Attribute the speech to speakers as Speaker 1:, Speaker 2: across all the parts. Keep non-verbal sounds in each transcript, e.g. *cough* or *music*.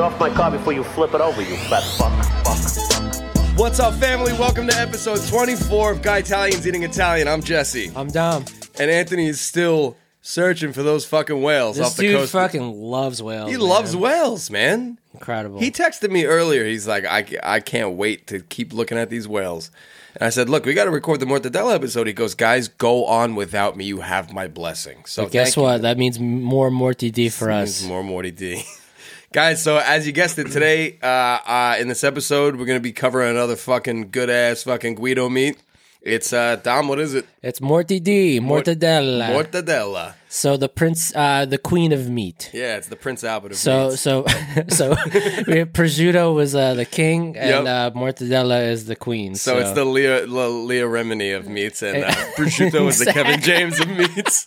Speaker 1: off my car before you flip it over, you fat fuck.
Speaker 2: What's up, family? Welcome to episode 24 of Guy Italians Eating Italian. I'm Jesse,
Speaker 3: I'm dumb.
Speaker 2: and Anthony is still searching for those fucking whales
Speaker 3: This
Speaker 2: off the
Speaker 3: dude
Speaker 2: coast.
Speaker 3: fucking loves whales.
Speaker 2: he
Speaker 3: man.
Speaker 2: loves whales, man.
Speaker 3: Incredible.
Speaker 2: He texted me earlier. He's like, I, I can't wait to keep looking at these whales. And I said, Look, we got to record the Mortadella episode. He goes, Guys, go on without me. You have my blessing. So
Speaker 3: Guess
Speaker 2: thank you.
Speaker 3: what? That means more Morty D for
Speaker 2: Means
Speaker 3: us.
Speaker 2: More Morty D. *laughs* Guys, so as you guessed it today, uh, uh, in this episode, we're going to be covering another fucking good ass fucking Guido meat. It's, uh, Dom, what is it?
Speaker 3: It's Morty D, Mortadella.
Speaker 2: Mortadella.
Speaker 3: so the prince, uh, the queen of meat.
Speaker 2: Yeah, it's the Prince Albert of
Speaker 3: So
Speaker 2: meats.
Speaker 3: so *laughs* so we have prosciutto was uh, the king and
Speaker 2: Yep.
Speaker 3: uh, mortadella is the queen.
Speaker 2: So, it's the Leah, Le, Leah Remini of meats,
Speaker 3: *laughs*
Speaker 2: and uh, prosciutto is the Kevin James of meats.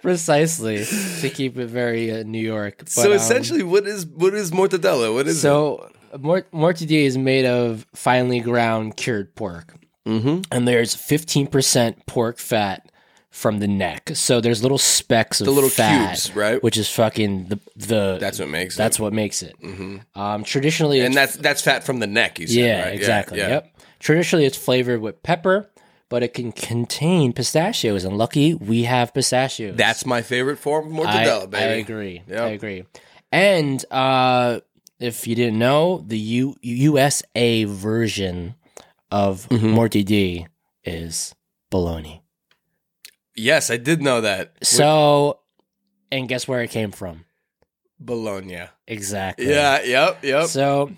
Speaker 3: precisely to keep it very uh, New York. But,
Speaker 2: so
Speaker 3: um,
Speaker 2: essentially, what is what is mortadella? What is it?
Speaker 3: So mort- mortadilla is made of finely ground cured pork, mm-hmm. and there's 15% pork fat from the neck. So there's little specks of
Speaker 2: The little
Speaker 3: fat,
Speaker 2: cubes, right?
Speaker 3: Which is fucking the the.
Speaker 2: That's what makes
Speaker 3: that's what makes it. Um,
Speaker 2: it.
Speaker 3: traditionally, it's
Speaker 2: And that's that's fat from the neck. You said,
Speaker 3: yeah,
Speaker 2: right?
Speaker 3: exactly. Yep. Traditionally, it's flavored with pepper, but it can contain pistachios. And lucky we have pistachios.
Speaker 2: That's my favorite form of
Speaker 3: I,
Speaker 2: mortadella,
Speaker 3: I
Speaker 2: baby.
Speaker 3: agree.
Speaker 2: Yep.
Speaker 3: I agree. And uh, if you didn't know, the U- USA version of
Speaker 2: Mm-hmm.
Speaker 3: Morty D is bologna.
Speaker 2: Yes, I did know that.
Speaker 3: So, and guess where it came from?
Speaker 2: Bologna.
Speaker 3: Exactly.
Speaker 2: Yeah, yep, yep.
Speaker 3: So,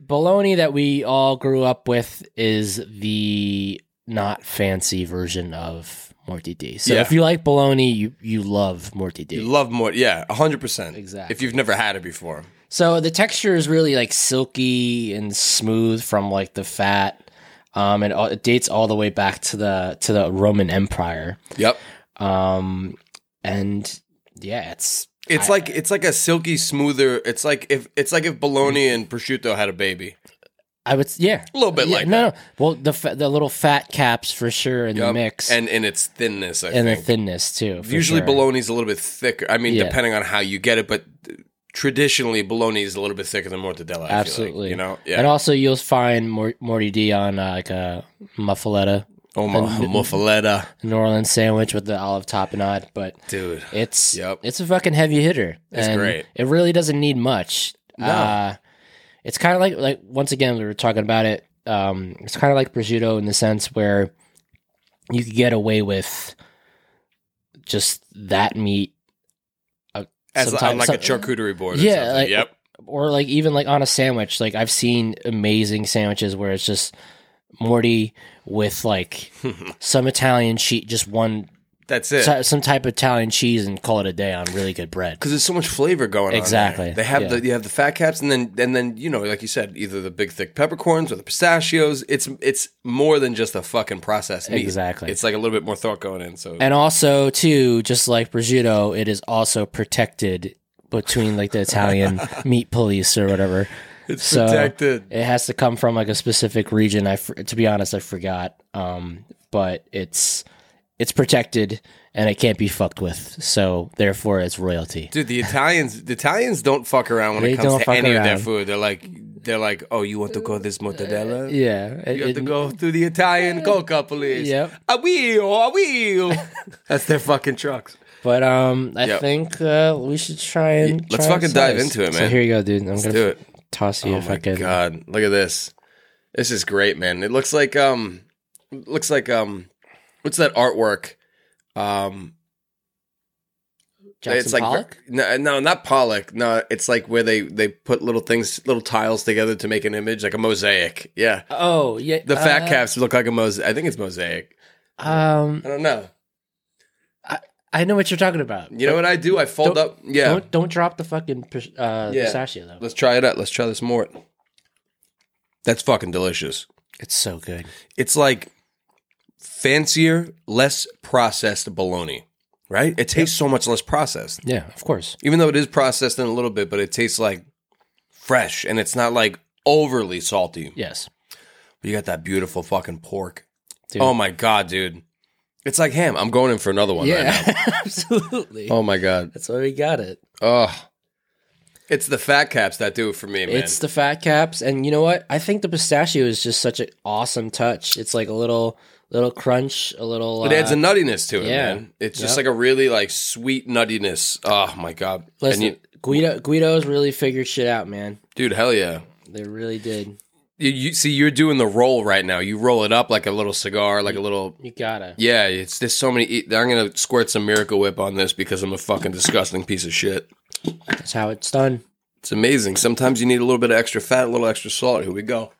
Speaker 3: bologna that we all grew up with is the not fancy version of Morty D. So,
Speaker 2: Yeah.
Speaker 3: if you like bologna, you, you love Morty D.
Speaker 2: you love more. Yeah, 100%.
Speaker 3: Exactly.
Speaker 2: If you've never had it before.
Speaker 3: So the texture is really like silky and smooth from like the fat. Um, and all- it dates all the way back to the to the Roman Empire.
Speaker 2: Yep.
Speaker 3: Um, and yeah, it's
Speaker 2: It's like it's like a silky smoother. It's like if it's like if bologna and prosciutto had a baby.
Speaker 3: I would yeah
Speaker 2: A little bit
Speaker 3: yeah,
Speaker 2: like
Speaker 3: no,
Speaker 2: that.
Speaker 3: no well the fa- the little fat caps for sure in the
Speaker 2: Yup.
Speaker 3: mix and,
Speaker 2: And in its thinness, I
Speaker 3: the
Speaker 2: think.
Speaker 3: thinness too. for
Speaker 2: Usually
Speaker 3: sure.
Speaker 2: bologna's a little bit thicker. I mean,
Speaker 3: Yeah.
Speaker 2: depending on how you get it, but traditionally bologna is a little bit thicker than mortadella. I feel like,
Speaker 3: absolutely
Speaker 2: you know? Yeah.
Speaker 3: And also you'll find Mor- Morty D on uh, like a muffaletta
Speaker 2: oh my muffaletta.
Speaker 3: New Orleans sandwich with the olive tapenade, but
Speaker 2: Dude.
Speaker 3: It's
Speaker 2: Yep.
Speaker 3: it's a fucking heavy hitter.
Speaker 2: It's great.
Speaker 3: It really doesn't need much.
Speaker 2: No.
Speaker 3: Uh, it's kind of like like once again we were talking about it. Um, it's kind of like prosciutto in the sense where you could get away with just that meat. uh,
Speaker 2: As on
Speaker 3: sometime-
Speaker 2: like a
Speaker 3: some-
Speaker 2: charcuterie board. Or
Speaker 3: Yeah,
Speaker 2: something.
Speaker 3: like-
Speaker 2: yep.
Speaker 3: or like even like on a sandwich. Like I've seen amazing sandwiches where it's just Morty
Speaker 2: *laughs*
Speaker 3: with like some Italian cheese, just one
Speaker 2: That's it.
Speaker 3: so- some type of Italian cheese, and call it a day on really good bread.
Speaker 2: because there's so much flavor going on.
Speaker 3: Exactly,
Speaker 2: there. They have
Speaker 3: yeah.
Speaker 2: the you have the fat caps, and then and then you know, like you said, either the big thick peppercorns or the pistachios. It's it's more than just a fucking processed meat.
Speaker 3: Exactly.
Speaker 2: It's like a little bit more thought going in. So
Speaker 3: And also, too, just like prosciutto, it is also protected between like
Speaker 2: *laughs*
Speaker 3: the Italian meat police or whatever.
Speaker 2: it's
Speaker 3: so-
Speaker 2: protected.
Speaker 3: It has to come from like a specific region. I, fr- to be honest, I forgot. Um, but it's it's protected and it can't be fucked with. So therefore, it's royalty.
Speaker 2: Dude, the Italians the Italians don't fuck around when
Speaker 3: They
Speaker 2: it
Speaker 3: don't
Speaker 2: comes to
Speaker 3: fuck
Speaker 2: any of their
Speaker 3: around.
Speaker 2: food. They're like they're like, oh, you want to go this mortadella?
Speaker 3: Yeah,
Speaker 2: You
Speaker 3: it-
Speaker 2: have to
Speaker 3: Uh, it-
Speaker 2: go to the
Speaker 3: *laughs*
Speaker 2: Italian coca, please.
Speaker 3: Yep.
Speaker 2: A wheel, a
Speaker 3: *laughs*
Speaker 2: wheel. That's their fucking trucks.
Speaker 3: but um, I
Speaker 2: Yep.
Speaker 3: think uh, we should try and
Speaker 2: Let's
Speaker 3: try and
Speaker 2: fucking dive
Speaker 3: slice.
Speaker 2: into it,
Speaker 3: So
Speaker 2: man.
Speaker 3: here you go, dude. I'm gonna
Speaker 2: do it.
Speaker 3: toss you
Speaker 2: Oh
Speaker 3: if
Speaker 2: my
Speaker 3: I could.
Speaker 2: god! Look at this. This is great, man. It looks like um, looks like um, what's that artwork? Um,
Speaker 3: Jackson
Speaker 2: it's like
Speaker 3: Pollock?
Speaker 2: no, no, not Pollock. No, it's like where they they put little things, little tiles together to make an image, like a mosaic. Yeah,
Speaker 3: Oh yeah,
Speaker 2: the fat
Speaker 3: uh,
Speaker 2: caps look like a mosaic. I think it's mosaic.
Speaker 3: Um,
Speaker 2: I don't know.
Speaker 3: I know what you're talking about.
Speaker 2: You know what I do? I fold
Speaker 3: Don't-
Speaker 2: up. Yeah,
Speaker 3: Don't don't drop the fucking pis- uh,
Speaker 2: Yeah.
Speaker 3: pistachio though.
Speaker 2: let's try it out. Let's try this mort. That's fucking delicious.
Speaker 3: It's so good.
Speaker 2: it's like fancier, less processed bologna, right? It tastes so much less processed,
Speaker 3: Yeah, of course.
Speaker 2: even though it is processed in a little bit, but it tastes like fresh and it's not like overly salty.
Speaker 3: Yes.
Speaker 2: You got that beautiful fucking pork.
Speaker 3: Dude.
Speaker 2: Oh my God, dude. It's like ham. I'm going in for another one right
Speaker 3: *laughs* absolutely.
Speaker 2: now. Oh my God.
Speaker 3: That's why we got it.
Speaker 2: Oh, It's the fat caps that do it for me, man.
Speaker 3: It's the fat caps, and you know what? I think the pistachio is just such an awesome touch. It's like a little little crunch, a little.
Speaker 2: it adds
Speaker 3: uh,
Speaker 2: a nuttiness to it,
Speaker 3: yeah.
Speaker 2: man. It's just
Speaker 3: Yep.
Speaker 2: like a really like sweet nuttiness. Oh my god, And
Speaker 3: listen,
Speaker 2: you-
Speaker 3: Guido Guido's really figured shit out, man.
Speaker 2: dude, hell yeah.
Speaker 3: They really did.
Speaker 2: You, you see, you're doing the roll right now. You roll it up like a little cigar, like a little.
Speaker 3: You gotta.
Speaker 2: Yeah, it's there's so many. e, I'm gonna squirt some Miracle Whip on this because I'm a fucking disgusting piece of shit.
Speaker 3: That's how it's done.
Speaker 2: It's amazing. Sometimes you need a little bit of extra fat, a little extra salt. Here we go.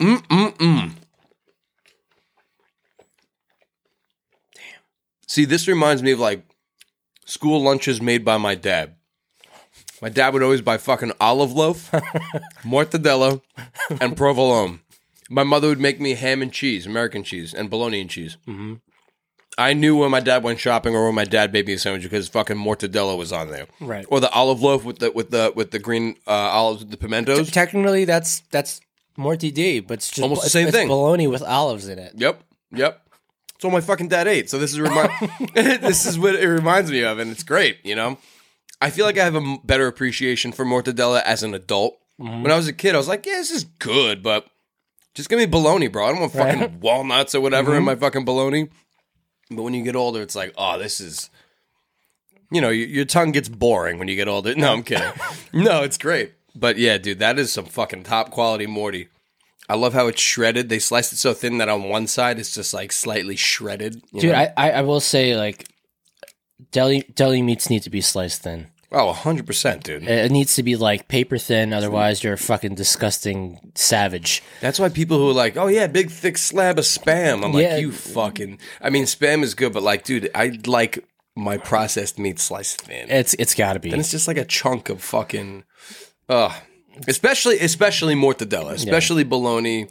Speaker 2: Mm mm mm. See, this reminds me of like school lunches made by my dad. My dad would always buy fucking olive loaf, mortadella, and provolone. My mother would make me ham and cheese, American cheese, and bologna and cheese. I knew when my dad went shopping or when my dad made me a sandwich because fucking mortadella was on there,
Speaker 3: Right.
Speaker 2: Or the olive loaf with the with the with the green uh, olives with the pimentos.
Speaker 3: Technically, that's that's more DD, but it's just
Speaker 2: Almost the
Speaker 3: it's-
Speaker 2: same
Speaker 3: it's
Speaker 2: thing.
Speaker 3: Bologna with olives in it.
Speaker 2: Yep. Yep. It's all my fucking dad ate. So this is remi- *laughs* this is what it reminds me of, and it's great. You know, I feel like I have a m- better appreciation for mortadella as an adult.
Speaker 3: Mm-hmm.
Speaker 2: When I was a kid, I was like, yeah, this is good, but just give me bologna, bro. I don't want fucking walnuts or whatever
Speaker 3: Mm-hmm.
Speaker 2: in my fucking bologna. But when you get older, it's like, oh, this is. You know, your, your tongue gets boring when you get older. *laughs* No, I'm
Speaker 3: *laughs*
Speaker 2: kidding. no, it's great. But yeah, dude, that is some fucking top quality Morty. I love how it's shredded. They sliced it so thin that on one side it's just like slightly shredded. you
Speaker 3: Dude,
Speaker 2: know?
Speaker 3: I, I I will say like deli deli meats need to be sliced thin.
Speaker 2: oh, 100%, dude.
Speaker 3: It it needs to be like paper thin, otherwise you're a fucking disgusting savage.
Speaker 2: That's why people who are like, oh, yeah, big thick slab of spam. I'm
Speaker 3: Yeah.
Speaker 2: like, you fucking. I mean, spam is good, but like, dude, I like my processed meat sliced thin.
Speaker 3: It's it's gotta be.
Speaker 2: and it's just like a chunk of fucking uh especially especially mortadella especially bologna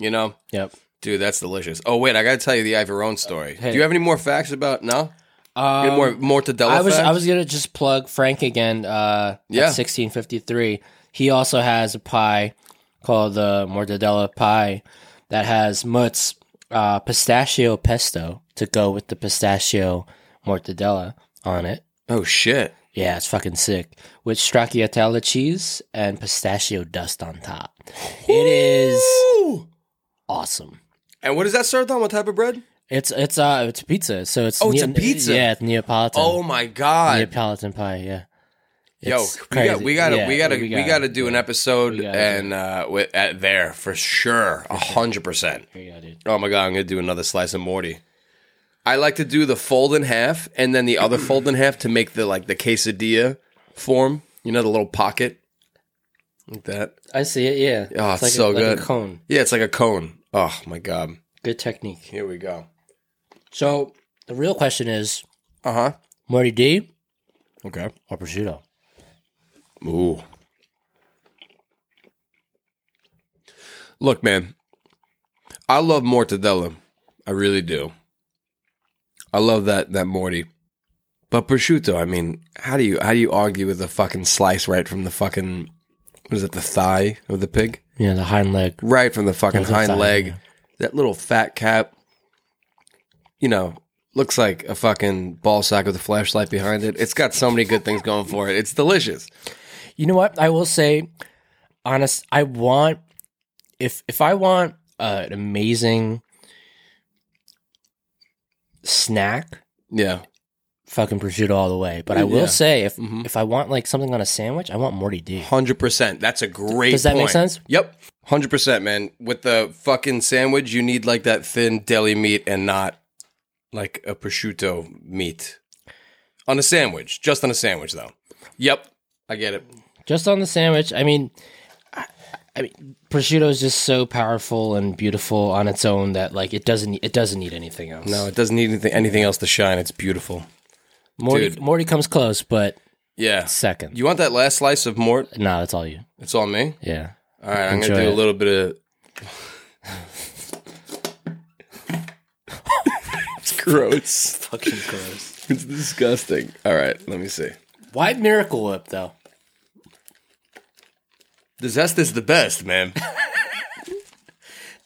Speaker 2: you know
Speaker 3: Yep.
Speaker 2: dude that's delicious oh wait i gotta tell you the ivorone story do you have any more facts about no You
Speaker 3: Um,
Speaker 2: have more mortadella
Speaker 3: I was
Speaker 2: facts?
Speaker 3: I was gonna just plug Frank again. Uh,
Speaker 2: Yeah.
Speaker 3: sixteen fifty three. He also has a pie called the mortadella pie that has mutz, uh, pistachio pesto to go with the pistachio mortadella on it.
Speaker 2: oh shit
Speaker 3: Yeah, it's fucking sick. With stracciatella cheese and pistachio dust on top. It is
Speaker 2: Ooh.
Speaker 3: awesome.
Speaker 2: and what is that served on what type of bread
Speaker 3: It's it's uh it's pizza. So it's
Speaker 2: Oh, it's a pizza.
Speaker 3: Yeah, it's Neapolitan.
Speaker 2: oh my god
Speaker 3: Neapolitan pie. Yeah.
Speaker 2: yo
Speaker 3: It's
Speaker 2: we, got,
Speaker 3: crazy.
Speaker 2: we gotta
Speaker 3: Yeah,
Speaker 2: we gotta we
Speaker 3: we
Speaker 2: gotta,
Speaker 3: gotta-
Speaker 2: do an episode
Speaker 3: gotta do
Speaker 2: and uh with, at there for sure a hundred percent
Speaker 3: Here you go, dude.
Speaker 2: Oh my god, I'm gonna do another slice of Morty. I like to do the fold in half and then the other fold in half to make the like the quesadilla form. You know, the little pocket like that.
Speaker 3: I see it. Yeah.
Speaker 2: Oh, it's
Speaker 3: like
Speaker 2: so
Speaker 3: a, like a
Speaker 2: good.
Speaker 3: cone.
Speaker 2: Yeah, it's like a cone. Oh my god.
Speaker 3: Good technique.
Speaker 2: Here we go.
Speaker 3: So the real question is,
Speaker 2: Uh huh.
Speaker 3: Morty D
Speaker 2: Okay.
Speaker 3: or prosciutto?
Speaker 2: Ooh. Look, man, I love mortadella. I really do. I love that that Morty. But prosciutto, I mean, how do you how do you argue with a fucking slice right from the fucking what is it, the thigh of the pig?
Speaker 3: Yeah, the hind leg.
Speaker 2: Right from the fucking
Speaker 3: Of the
Speaker 2: hind
Speaker 3: thigh,
Speaker 2: leg.
Speaker 3: yeah.
Speaker 2: That little fat cap. You know, looks like a fucking ball sack with a flashlight behind it. It's got so many good things going for it. It's delicious.
Speaker 3: You know what? I will say, honest. I want if if I want uh, an amazing snack,
Speaker 2: Yeah.
Speaker 3: fucking prosciutto all the way. But I will
Speaker 2: Yeah.
Speaker 3: say, if
Speaker 2: Mhm.
Speaker 3: if I want like something on a sandwich, I want Morty D.
Speaker 2: Hundred percent. That's a great.
Speaker 3: Does that make
Speaker 2: point.
Speaker 3: sense?
Speaker 2: Yep. Hundred percent, man. With the fucking sandwich, you need like that thin deli meat and not like a prosciutto meat on a sandwich. Just on a sandwich, though. Yep, I get it.
Speaker 3: Just on the sandwich. I mean, I, I mean, prosciutto is just so powerful and beautiful on its own that like it doesn't it doesn't need anything else.
Speaker 2: No, Uh, it doesn't need anything, anything else to shine. It's beautiful.
Speaker 3: Morty
Speaker 2: dude.
Speaker 3: Morty comes close, but
Speaker 2: Yeah.
Speaker 3: second.
Speaker 2: You want that last slice of mort?
Speaker 3: no, that's all you.
Speaker 2: It's on me.
Speaker 3: Yeah.
Speaker 2: All right, I'm gonna
Speaker 3: Enjoy
Speaker 2: do
Speaker 3: it.
Speaker 2: a little bit of. *laughs* it's gross.
Speaker 3: Fucking close.
Speaker 2: It's disgusting. All right, let me see.
Speaker 3: Why Miracle Whip though?
Speaker 2: The zest is the best, man.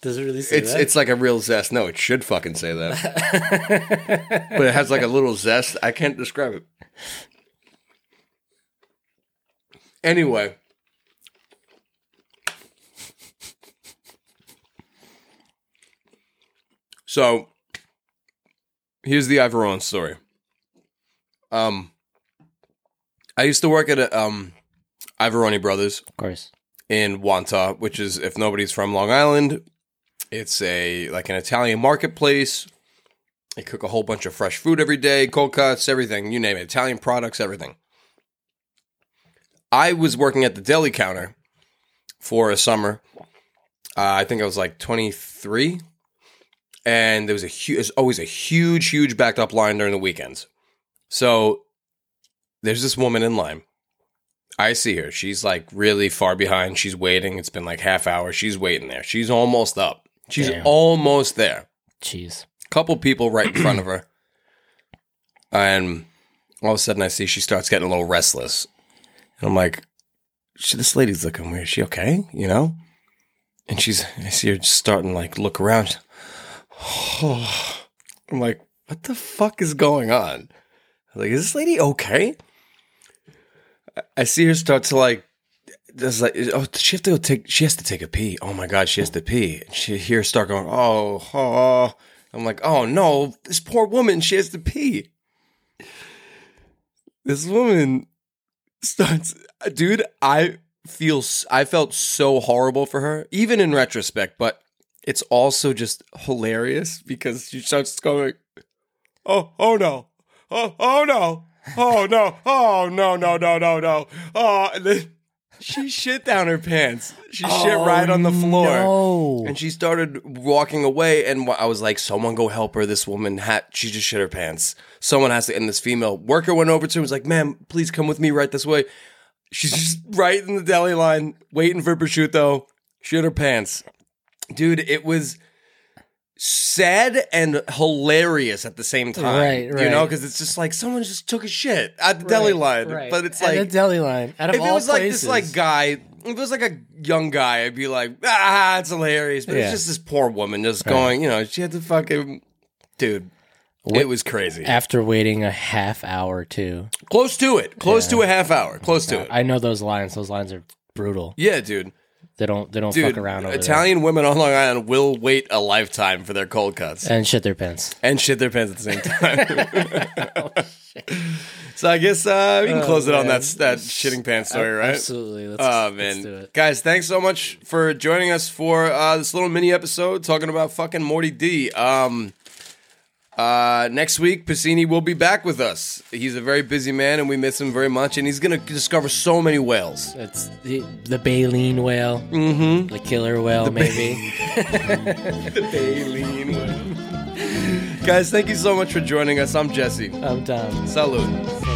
Speaker 3: Does it really say
Speaker 2: It's
Speaker 3: that?
Speaker 2: it's like a real zest. No, it should fucking say that. but it has like a little zest. I can't describe it. Anyway. So here's the Iveron story. Um I used to work at a, um Ivoroni Brothers
Speaker 3: Of course.
Speaker 2: in Wanta, which is if nobody's from Long Island, it's a like an Italian marketplace. They cook a whole bunch of fresh food every day, cold cuts, everything, you name it, Italian products, everything. I was working at the deli counter for a summer. Uh, I think I was like 23, and there was a huge, there's always a huge, huge backed up line during the weekends. So there's this woman in line. I see her. She's like really far behind. She's waiting. It's been like half hour. She's waiting there. She's almost up. She's
Speaker 3: Damn.
Speaker 2: almost there.
Speaker 3: Jeez.
Speaker 2: Couple people right in front of her, and all of a sudden I see she starts getting a little restless, and I'm like, "She- "This lady's looking weird. Is she okay? You know?" And she's, I see her just starting to, like look around. *sighs* She's, I'm like, "What the fuck is going on?" I'm like, "Is this lady okay?" I see her start to like, just like, oh, does she have to go take, she has to take a pee. Oh my God, she has to pee. And she hear her start going, oh, oh. I'm like, oh no, this poor woman, she has to pee. This woman starts, dude, I feel, s- I felt so horrible for her, even in retrospect, but it's also just hilarious because she starts going, oh, oh no, oh, oh no, oh no, oh no, no, no, no, no, oh, and then she shit down her pants. She shit right on the floor.
Speaker 3: No.
Speaker 2: And she started walking away, and wh- I was like, "Someone go help her! This woman had she just shit her pants. Someone has to." And this female worker went over to her and was like, "Ma'am, please come with me right this way." She's just *laughs* right in the deli line, waiting for prosciutto. Shit her pants, dude. It was sad and hilarious at the same time,
Speaker 3: Right,
Speaker 2: You
Speaker 3: right.
Speaker 2: know, because it's just like someone just took a shit at the deli line, but it's like
Speaker 3: the deli line. Out of
Speaker 2: if
Speaker 3: all
Speaker 2: it was like
Speaker 3: places,
Speaker 2: this like guy if it was like a young guy i'd be like ah it's hilarious but
Speaker 3: Yeah.
Speaker 2: it's just this poor woman just going you know she had to fucking dude it was crazy
Speaker 3: after waiting a half hour too.
Speaker 2: close to it close to a half hour close to it
Speaker 3: I know those lines. Those lines are brutal.
Speaker 2: Uh, yeah dude
Speaker 3: They don't. They don't
Speaker 2: dude
Speaker 3: fuck around over
Speaker 2: italian women on long island will wait a lifetime for their cold cuts
Speaker 3: there. and shit their pants.
Speaker 2: and shit their pants at the same
Speaker 3: *laughs*
Speaker 2: time so i guess uh, we can close it on
Speaker 3: Oh, man.
Speaker 2: that that shitting pants story right
Speaker 3: Absolutely. Let's,
Speaker 2: Oh
Speaker 3: let's do
Speaker 2: man,
Speaker 3: it.
Speaker 2: guys! Thanks so much for joining us for uh, this little mini episode talking about fucking Morty D. Um, uh, next week, Piscini will be back with us. He's a very busy man, and we miss him very much. And he's gonna discover so many whales.
Speaker 3: It's the, the baleen whale,
Speaker 2: Mm-hmm.
Speaker 3: the killer whale, maybe.
Speaker 2: *laughs* The baleen whale. guys, thank you so much for joining us. I'm Jesse.
Speaker 3: I'm done.
Speaker 2: Salud.
Speaker 3: So-